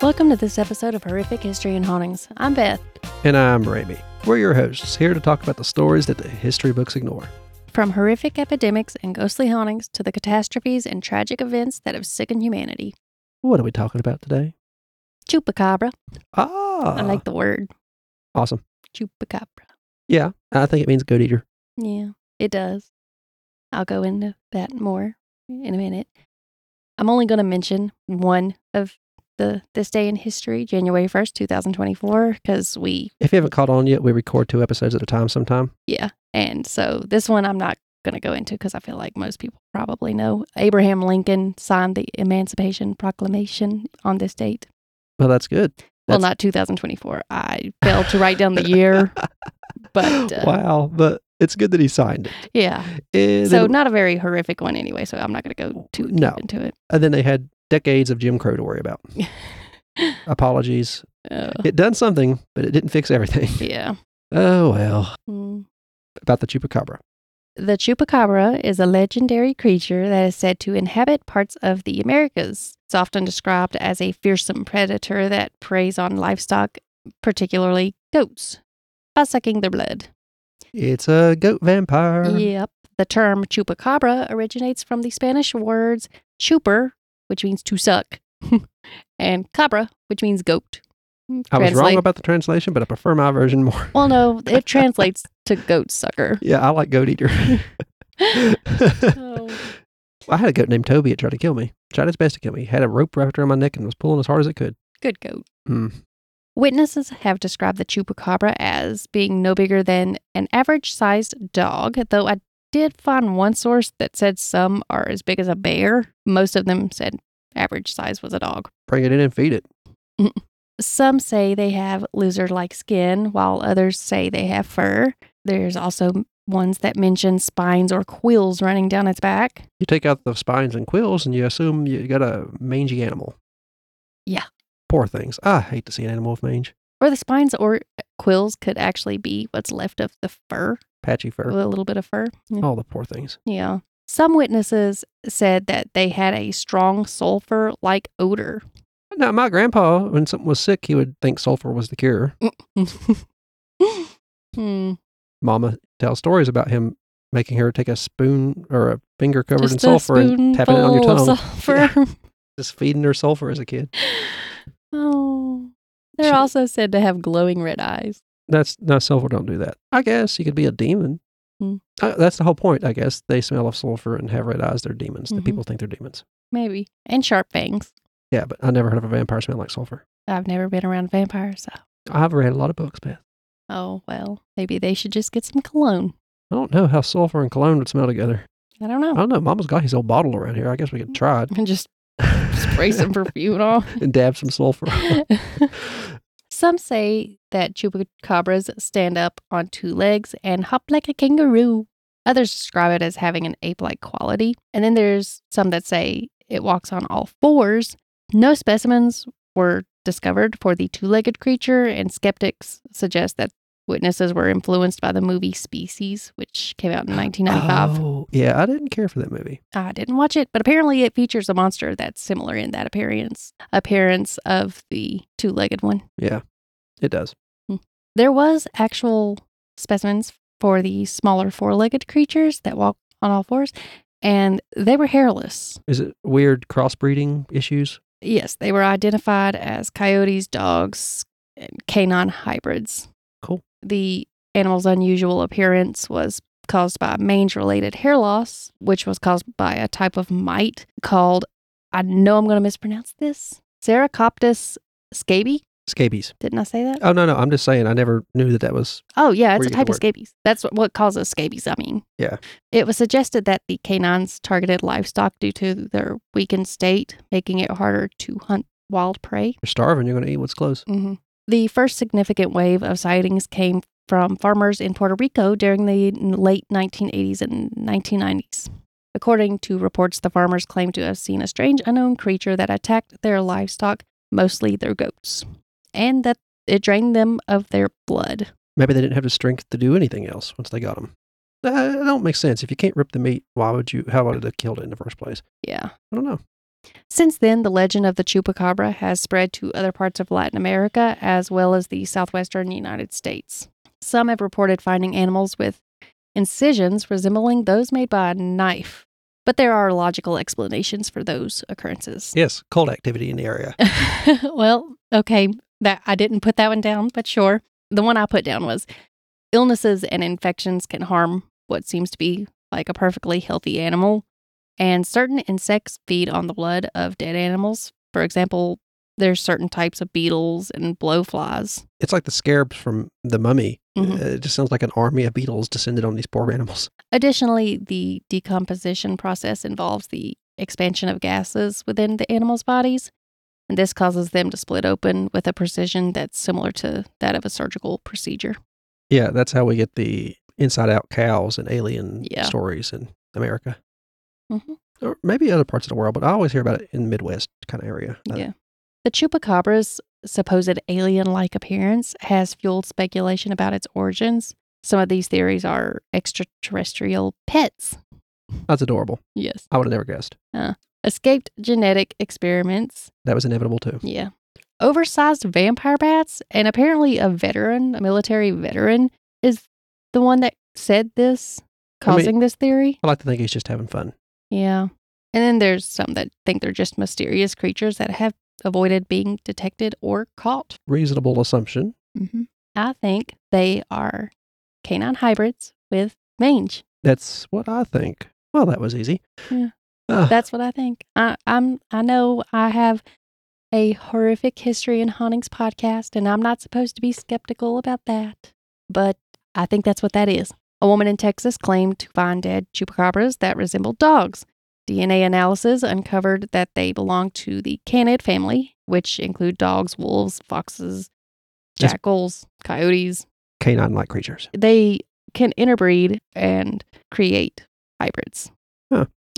Welcome to this episode of Horrific History and Hauntings. I'm Beth. And I'm Ramey. We're your hosts, here to talk about the stories that the history books ignore. From horrific epidemics and ghostly hauntings to the catastrophes and tragic events that have sickened humanity. What are we talking about today? Chupacabra. Ah, I like the word awesome. chupacabra. Yeah, I think it means goat eater. Yeah, it does. I'll go into that more in a minute. I'm only going to mention one of the this day in history, January 1st, 2024, because we If you haven't caught on yet, we record two episodes at a time sometime. Yeah. And so this one I'm not going to go into because I feel like most people probably know. Abraham Lincoln signed the Emancipation Proclamation on this date. Well, that's good. Well, That's- not 2024. I failed to write down the year, but uh, wow, but it's good that he signed it. yeah. And So, then, not a very horrific one anyway. So, I'm not going to go too deep No. into it. and then they had decades of Jim Crow to worry about. Apologies. Uh, It done something, but it didn't fix everything. yeah. Oh well. Mm. About the chupacabra. The chupacabra is a legendary creature that is said to inhabit parts of the Americas. It's often described as a fearsome predator that preys on livestock, particularly goats, by sucking their blood. It's a goat vampire. Yep. The term chupacabra originates from the Spanish words chuper, which means to suck, and cabra, which means goat. I was Translate- wrong about the translation, but I prefer my version more. Well, no, it translates to goat sucker. Yeah, I like goat eater. Oh. I had a goat named Toby that tried to kill me. Tried its best to kill me. Had a rope wrapped around my neck and was pulling as hard as it could. Good goat. Hmm. Witnesses have described the chupacabra as being no bigger than an average sized dog, though I did find one source that said some are as big as a bear. Most of them said average size was a dog. Bring it in and feed it. Some say they have lizard like skin, while others say they have fur. There's also ones that mention spines or quills running down its back. You take out the spines and quills and you assume you got a mangy animal. Yeah. Poor things. I hate to see an animal with mange. Or the spines or quills could actually be what's left of the fur, Patchy a fur. little bit of fur. Yeah. All the poor things. Yeah. Some witnesses said that they had a strong sulfur like odor. Now, my grandpa, when something was sick, he would think sulfur was the cure. hmm. Mama tells stories about him making her take a spoon or a finger covered Just in a sulfur and tapping it on your spoonful tongue. of sulfur. Just feeding her sulfur as a kid. oh. They're Sure. also said to have glowing red eyes. That's no sulfur. Don't do that. I guess you could be a demon. Hmm. Uh, that's the whole point, I guess. They smell of sulfur and have red eyes. They're demons. The Mhm. people think they're demons. Maybe. And sharp fangs. Yeah, but I never heard of a vampire smell like sulfur. I've never been around vampires, so. I've read a lot of books, Beth. Oh, well. Maybe they should just get some cologne. I don't know how sulfur and cologne would smell together. I don't I know. don't know. Mama's got his old bottle around here. I guess we could try it. And just spray some perfume on. and dab some sulfur. Some say that chupacabras stand up on two legs and hop like a kangaroo. Others describe it as having an ape like quality. And then there's some that say it walks on all fours. No specimens were discovered for the two legged creature, and skeptics suggest that witnesses were influenced by the movie Species, which came out in 1995. Oh, yeah. I didn't care for that movie. I didn't watch it, but apparently it features a monster that's similar in that appearance appearance of the two legged one. Yeah, it does. There was actual specimens for the smaller four-legged creatures that walk on all fours, and they were hairless. Is it weird crossbreeding issues? Yes, they were identified as coyotes, dogs, and canine hybrids. Cool. The animal's unusual appearance was caused by mange-related hair loss, which was caused by a type of mite called I know I'm going to mispronounce this. Ceracoptis scabies. Scabies. Didn't I say that? Oh no, no. I'm just saying. I never knew that that was Oh, yeah, it's a Where you get type the of word. scabies. That's what, what causes scabies, I mean. Yeah. It was suggested that the canines targeted livestock due to their weakened state, making it harder to hunt wild prey. you're starving. You're going to eat what's close. Mm-hmm. The first significant wave of sightings came from farmers in Puerto Rico during the late 1980s and 1990s. According to reports, the farmers claimed to have seen a strange unknown creature that attacked their livestock, mostly their goats, and that it drained them of their blood. Maybe they didn't have the strength to do anything else once they got them. That don't make sense. If you can't rip the meat, why would you? How would it have killed it in the first place? Yeah. I don't know. Since then, the legend of the chupacabra has spread to other parts of Latin America as well as the southwestern United States. Some have reported finding animals with incisions resembling those made by a knife, but there are logical explanations for those occurrences. Yes, cult activity in the area. well, okay, that I didn't put that one down, but sure. The one I put down was illnesses and infections can harm what seems to be like a perfectly healthy animal, and certain insects feed on the blood of dead animals. For example, there's certain types of beetles and blowflies. It's like the scarabs from the mummy. Mhm. Uh, it just sounds like an army of beetles descended on these poor animals. Additionally, the decomposition process involves the expansion of gases within the animal's bodies, and this causes them to split open with a precision that's similar to that of a surgical procedure. Yeah, that's how we get the inside out cows and alien Yeah. stories in America. Mhm. Or maybe other parts of the world, but I always hear about it in the Midwest kind of area. Uh, Yeah. The chupacabra's supposed alien like appearance has fueled speculation about its origins. Some of these theories are extraterrestrial pets. That's adorable. Yes. I would have never guessed. Escaped genetic experiments That was inevitable too. Yeah. Oversized vampire bats, and apparently a veteran, a military veteran, is the one that said this, I mean- causing this theory. I like to think he's just having fun. Yeah. And then there's some that think they're just mysterious creatures that have avoided being detected or caught. Reasonable assumption. Mm-hmm. I think they are canine hybrids with mange. That's what I think. Well, that was easy. Yeah. Uh, That's what I think. I, I'm. I know I have a horrific history in hauntings podcast, and I'm not supposed to be skeptical about that, but I think that's what that is. A woman in Texas claimed to find dead chupacabras that resembled dogs. DNA analysis uncovered that they belonged to the canid family, which include dogs, wolves, foxes, That's- jackals, coyotes. canine like creatures. They can interbreed and create hybrids.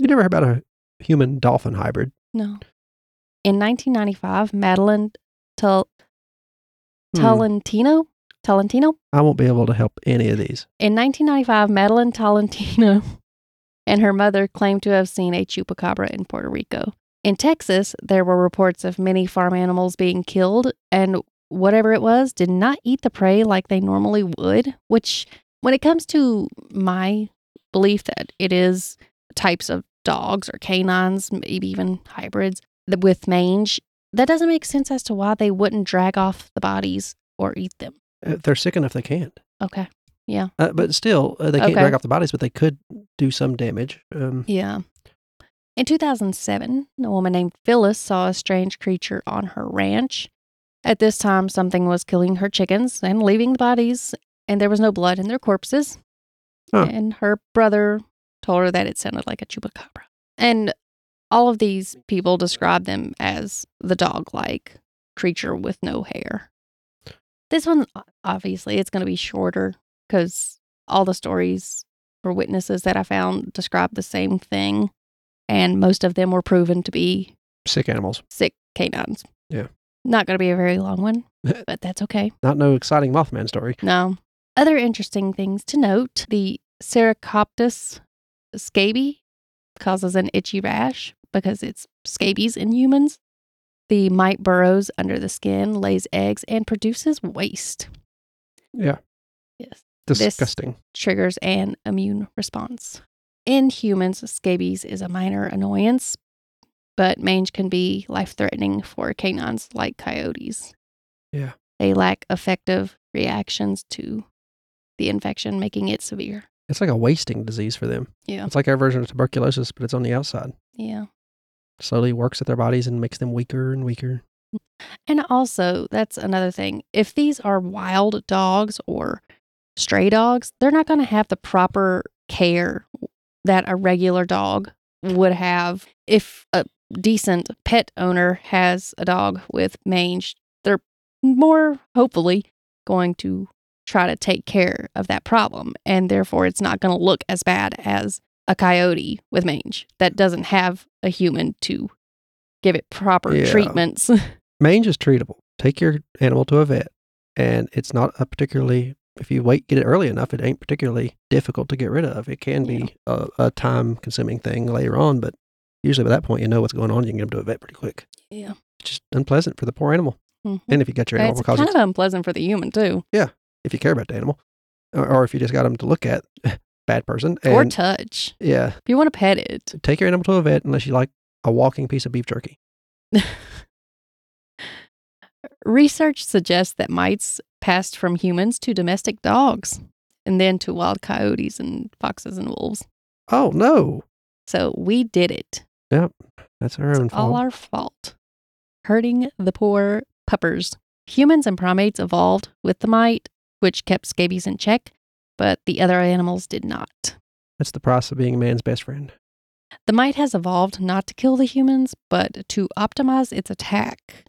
You never heard about a human dolphin hybrid. No. In 1995, Madeline Tal- Hmm. Talentino, Talentino. I won't be able to help any of these. In 1995, Madeline Talentino and her mother claimed to have seen a chupacabra in Puerto Rico. In Texas, there were reports of many farm animals being killed, and whatever it was did not eat the prey like they normally would. Which, when it comes to my belief that it is types of dogs or canines, maybe even hybrids th- with mange, that doesn't make sense as to why they wouldn't drag off the bodies or eat them. Uh, They're sick enough they can't. Okay. Uh, but still, uh, they can't Okay. drag off the bodies, but they could do some damage. Um, Yeah. In 2007, a woman named Phyllis saw a strange creature on her ranch. At this time, something was killing her chickens and leaving the bodies, and there was no blood in their corpses. Huh. And her brother told her that it sounded like a chupacabra. And all of these people described them as the dog like creature with no hair. This one, obviously, it's going to be shorter because all the stories or witnesses that I found described the same thing, and most of them were proven to be sick animals. sick canines. Yeah. Not going to be a very long one, but that's okay. Not no exciting Mothman story. No. Other interesting things to note the Ceracoptis scabies causes an itchy rash because it's scabies in humans. The mite burrows under the skin, lays eggs, and produces waste. Yeah. Yes. This- Disgusting. triggers an immune response. In humans, scabies is a minor annoyance, but mange can be life threatening for canines like coyotes. Yeah. They lack effective reactions to the infection, making it severe. It's like a wasting disease for them. Yeah. It's like our version of tuberculosis, but it's on the outside. Yeah. Slowly works at their bodies and makes them weaker and weaker. And also, that's another thing. If these are wild dogs or stray dogs, they're not going to have the proper care that a regular dog would have. If a decent pet owner has a dog with mange, they're more hopefully going to try to take care of that problem. And therefore, it's not going to look as bad as a coyote with mange that doesn't have a human to give it proper Yeah. treatments. mange is treatable. Take your animal to a vet, and it's not a particularly if you wait get it early enough, it ain't particularly difficult to get rid of. It can Yeah. be a, a time consuming thing later on, but usually by that point, you know what's going on. You can get them to a vet pretty quick. Yeah. It's just unpleasant for the poor animal. Mhm. And if you got your But animal, It's because kind of unpleasant for the human too, if you care about the animal, or, or if you just got them to look at, bad person. And, or touch. yeah, If you want to pet it, take your animal to a vet unless you like a walking piece of beef jerky. research suggests that mites passed from humans to domestic dogs, and then to wild coyotes and foxes and wolves. Oh no, So we did it. that's our own It's all fault. our fault. Hurting the poor puppers. Humans and primates evolved with the mite, which kept scabies in check, but the other animals did not. that's the price of being a man's best friend. The mite has evolved not to kill the humans, but to optimize its attack.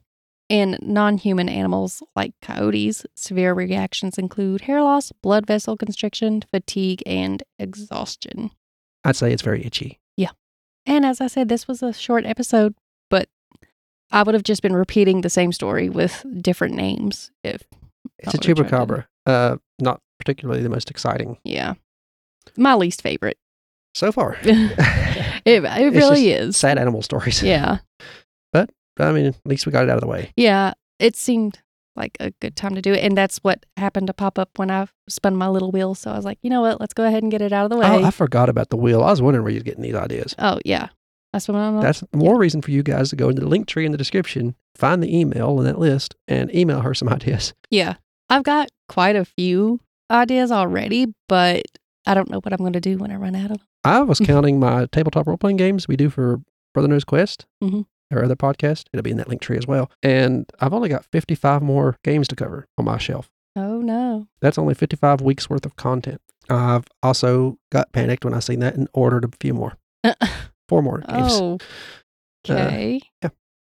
In non human animals like coyotes, severe reactions include hair loss, blood vessel constriction, fatigue, and exhaustion. I'd say it's very itchy. And as I said, this was a short episode, but I would have just been repeating the same story with different names if It's Not what a I tried to do. chupacabra. Uh, not particularly the most exciting yeah. My least favorite. so far. it it It's really is. Sad animal stories. Yeah. I mean, at least we got it out of the way. Yeah. It seemed like a good time to do it. And that's what happened to pop up when I spun my little wheel. So I was like, you know what? Let's go ahead and get it out of the way. Oh, I forgot about the wheel. I was wondering where you're getting these ideas. oh, yeah. I spun my That's more reason for you guys to go into the link tree in the description, find the email in that list, and email her some ideas. Yeah. I've got quite a few ideas already, but I don't know what I'm going to do when I run out of them. I was counting my tabletop role playing games we do for Brother Knows Quest, Mhm. our other podcast. It'll be in that link tree as well. And I've only got 55 more games to cover on my shelf. Oh, no. That's only 55 weeks worth of content. I've also got panicked when I seen that and ordered a few more, four more games. oh. Okay.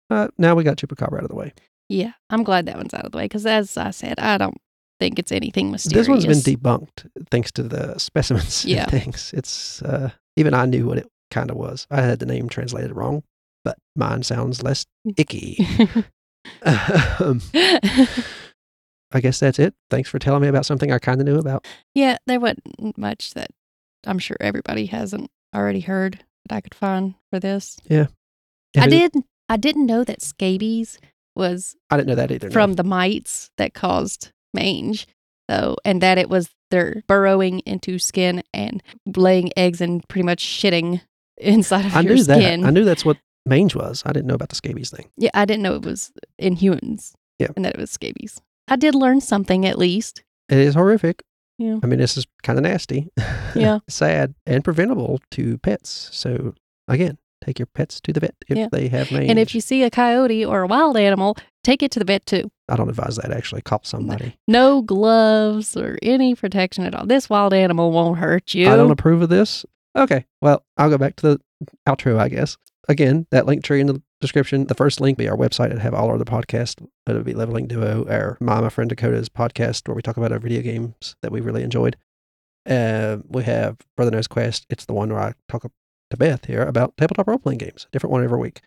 Uh, now we got Chupacabra out of the way. yeah. I'm glad that one's out of the way because, as I said, I don't think it's anything mysterious. This one's been debunked thanks to the specimens Yeah. and things. It's uh, even I knew what it kind of was. I had the name translated wrong, but mine sounds less icky. um, I guess that's it. Thanks for telling me about something I kind of knew about. Yeah, there wasn't much that I'm sure everybody hasn't already heard that I could find for this. I Who- did. I didn't know that scabies was I didn't know that either. no. from the mites that caused mange, though, and that it was their burrowing into skin and laying eggs and pretty much shitting inside of I your knew that. skin. I knew that's what mange was. I didn't know about the scabies thing. yeah, I didn't know it was in humans. Yeah. and that it was scabies. I did learn something at least. It is horrific. Yeah. I mean, this is kind of nasty. Yeah. Sad and preventable to pets. So, again, take your pets to the vet if Yeah. they have mange. And if you see a coyote or a wild animal, take it to the vet too. I don't advise that actually. Call somebody. no gloves or any protection at all. This wild animal won't hurt you. I don't approve of this. Okay. Well, I'll go back to the outro, I guess. Again, that link tree in the description. The first link be our website. It'd have all our other podcasts. It'll be Leveling Duo, our My My Friend Dakota's podcast where we talk about our video games that we really enjoyed. Uh, we have Brother Knows Quest. It's the one where I talk to Beth here about tabletop role playing games, different one every week.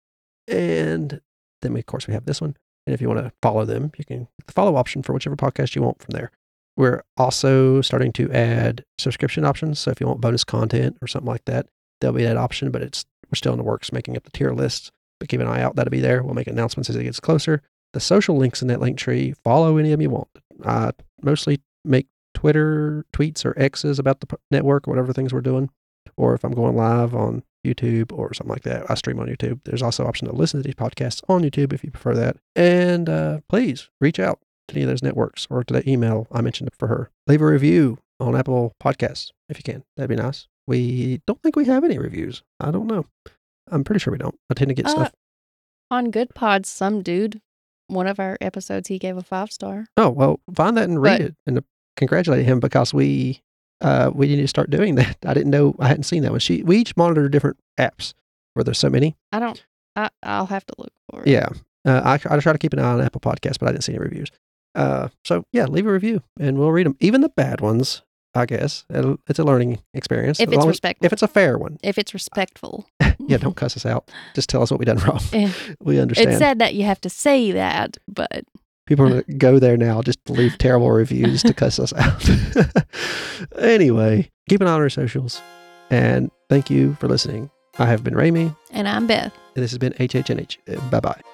And then, we, of course, we have this one. And if you want to follow them, you can click the follow option for whichever podcast you want from there. We're also starting to add subscription options. So if you want bonus content or something like that, there'll be that option, but it's we're still in the works making up the tier list. But keep an eye out, that'll be there. We'll make announcements as it gets closer. The social links in that link tree, follow any of them you want. I mostly make Twitter tweets or X's about the p- network or whatever things we're doing. Or if I'm going live on YouTube or something like that, I stream on YouTube. There's also option to listen to these podcasts on YouTube if you prefer that. And uh, please reach out to any of those networks or to that email I mentioned for her. Leave a review on Apple Podcasts if you can. That'd be nice. We don't think we have any reviews. I don't know. I'm pretty sure we don't. I tend to get Uh, stuff. On Good Pods, some dude, one of our episodes, he gave a five star. Oh well, find that and read but- it and uh, congratulate him because we uh, we need to start doing that. I didn't know I hadn't seen that one. She we each monitor different apps where there's so many. I don't. I, I'll have to look for it. Yeah, uh, I I try to keep an eye on Apple Podcasts, but I didn't see any reviews. Uh, so yeah, leave a review and we'll read them, even the bad ones. I guess It'll- it's a learning experience. If as it's long as- respectful. if it's a fair one. If it's respectful. Yeah, don't cuss us out. Just tell us what we done wrong. Eh, We It understand. said that you have to say that, but People are going to go there now just to leave terrible reviews to cuss us out. anyway, keep an eye on our socials and thank you for listening. I have been Ramey, And I'm Beth. and this has been HHNH. Bye bye.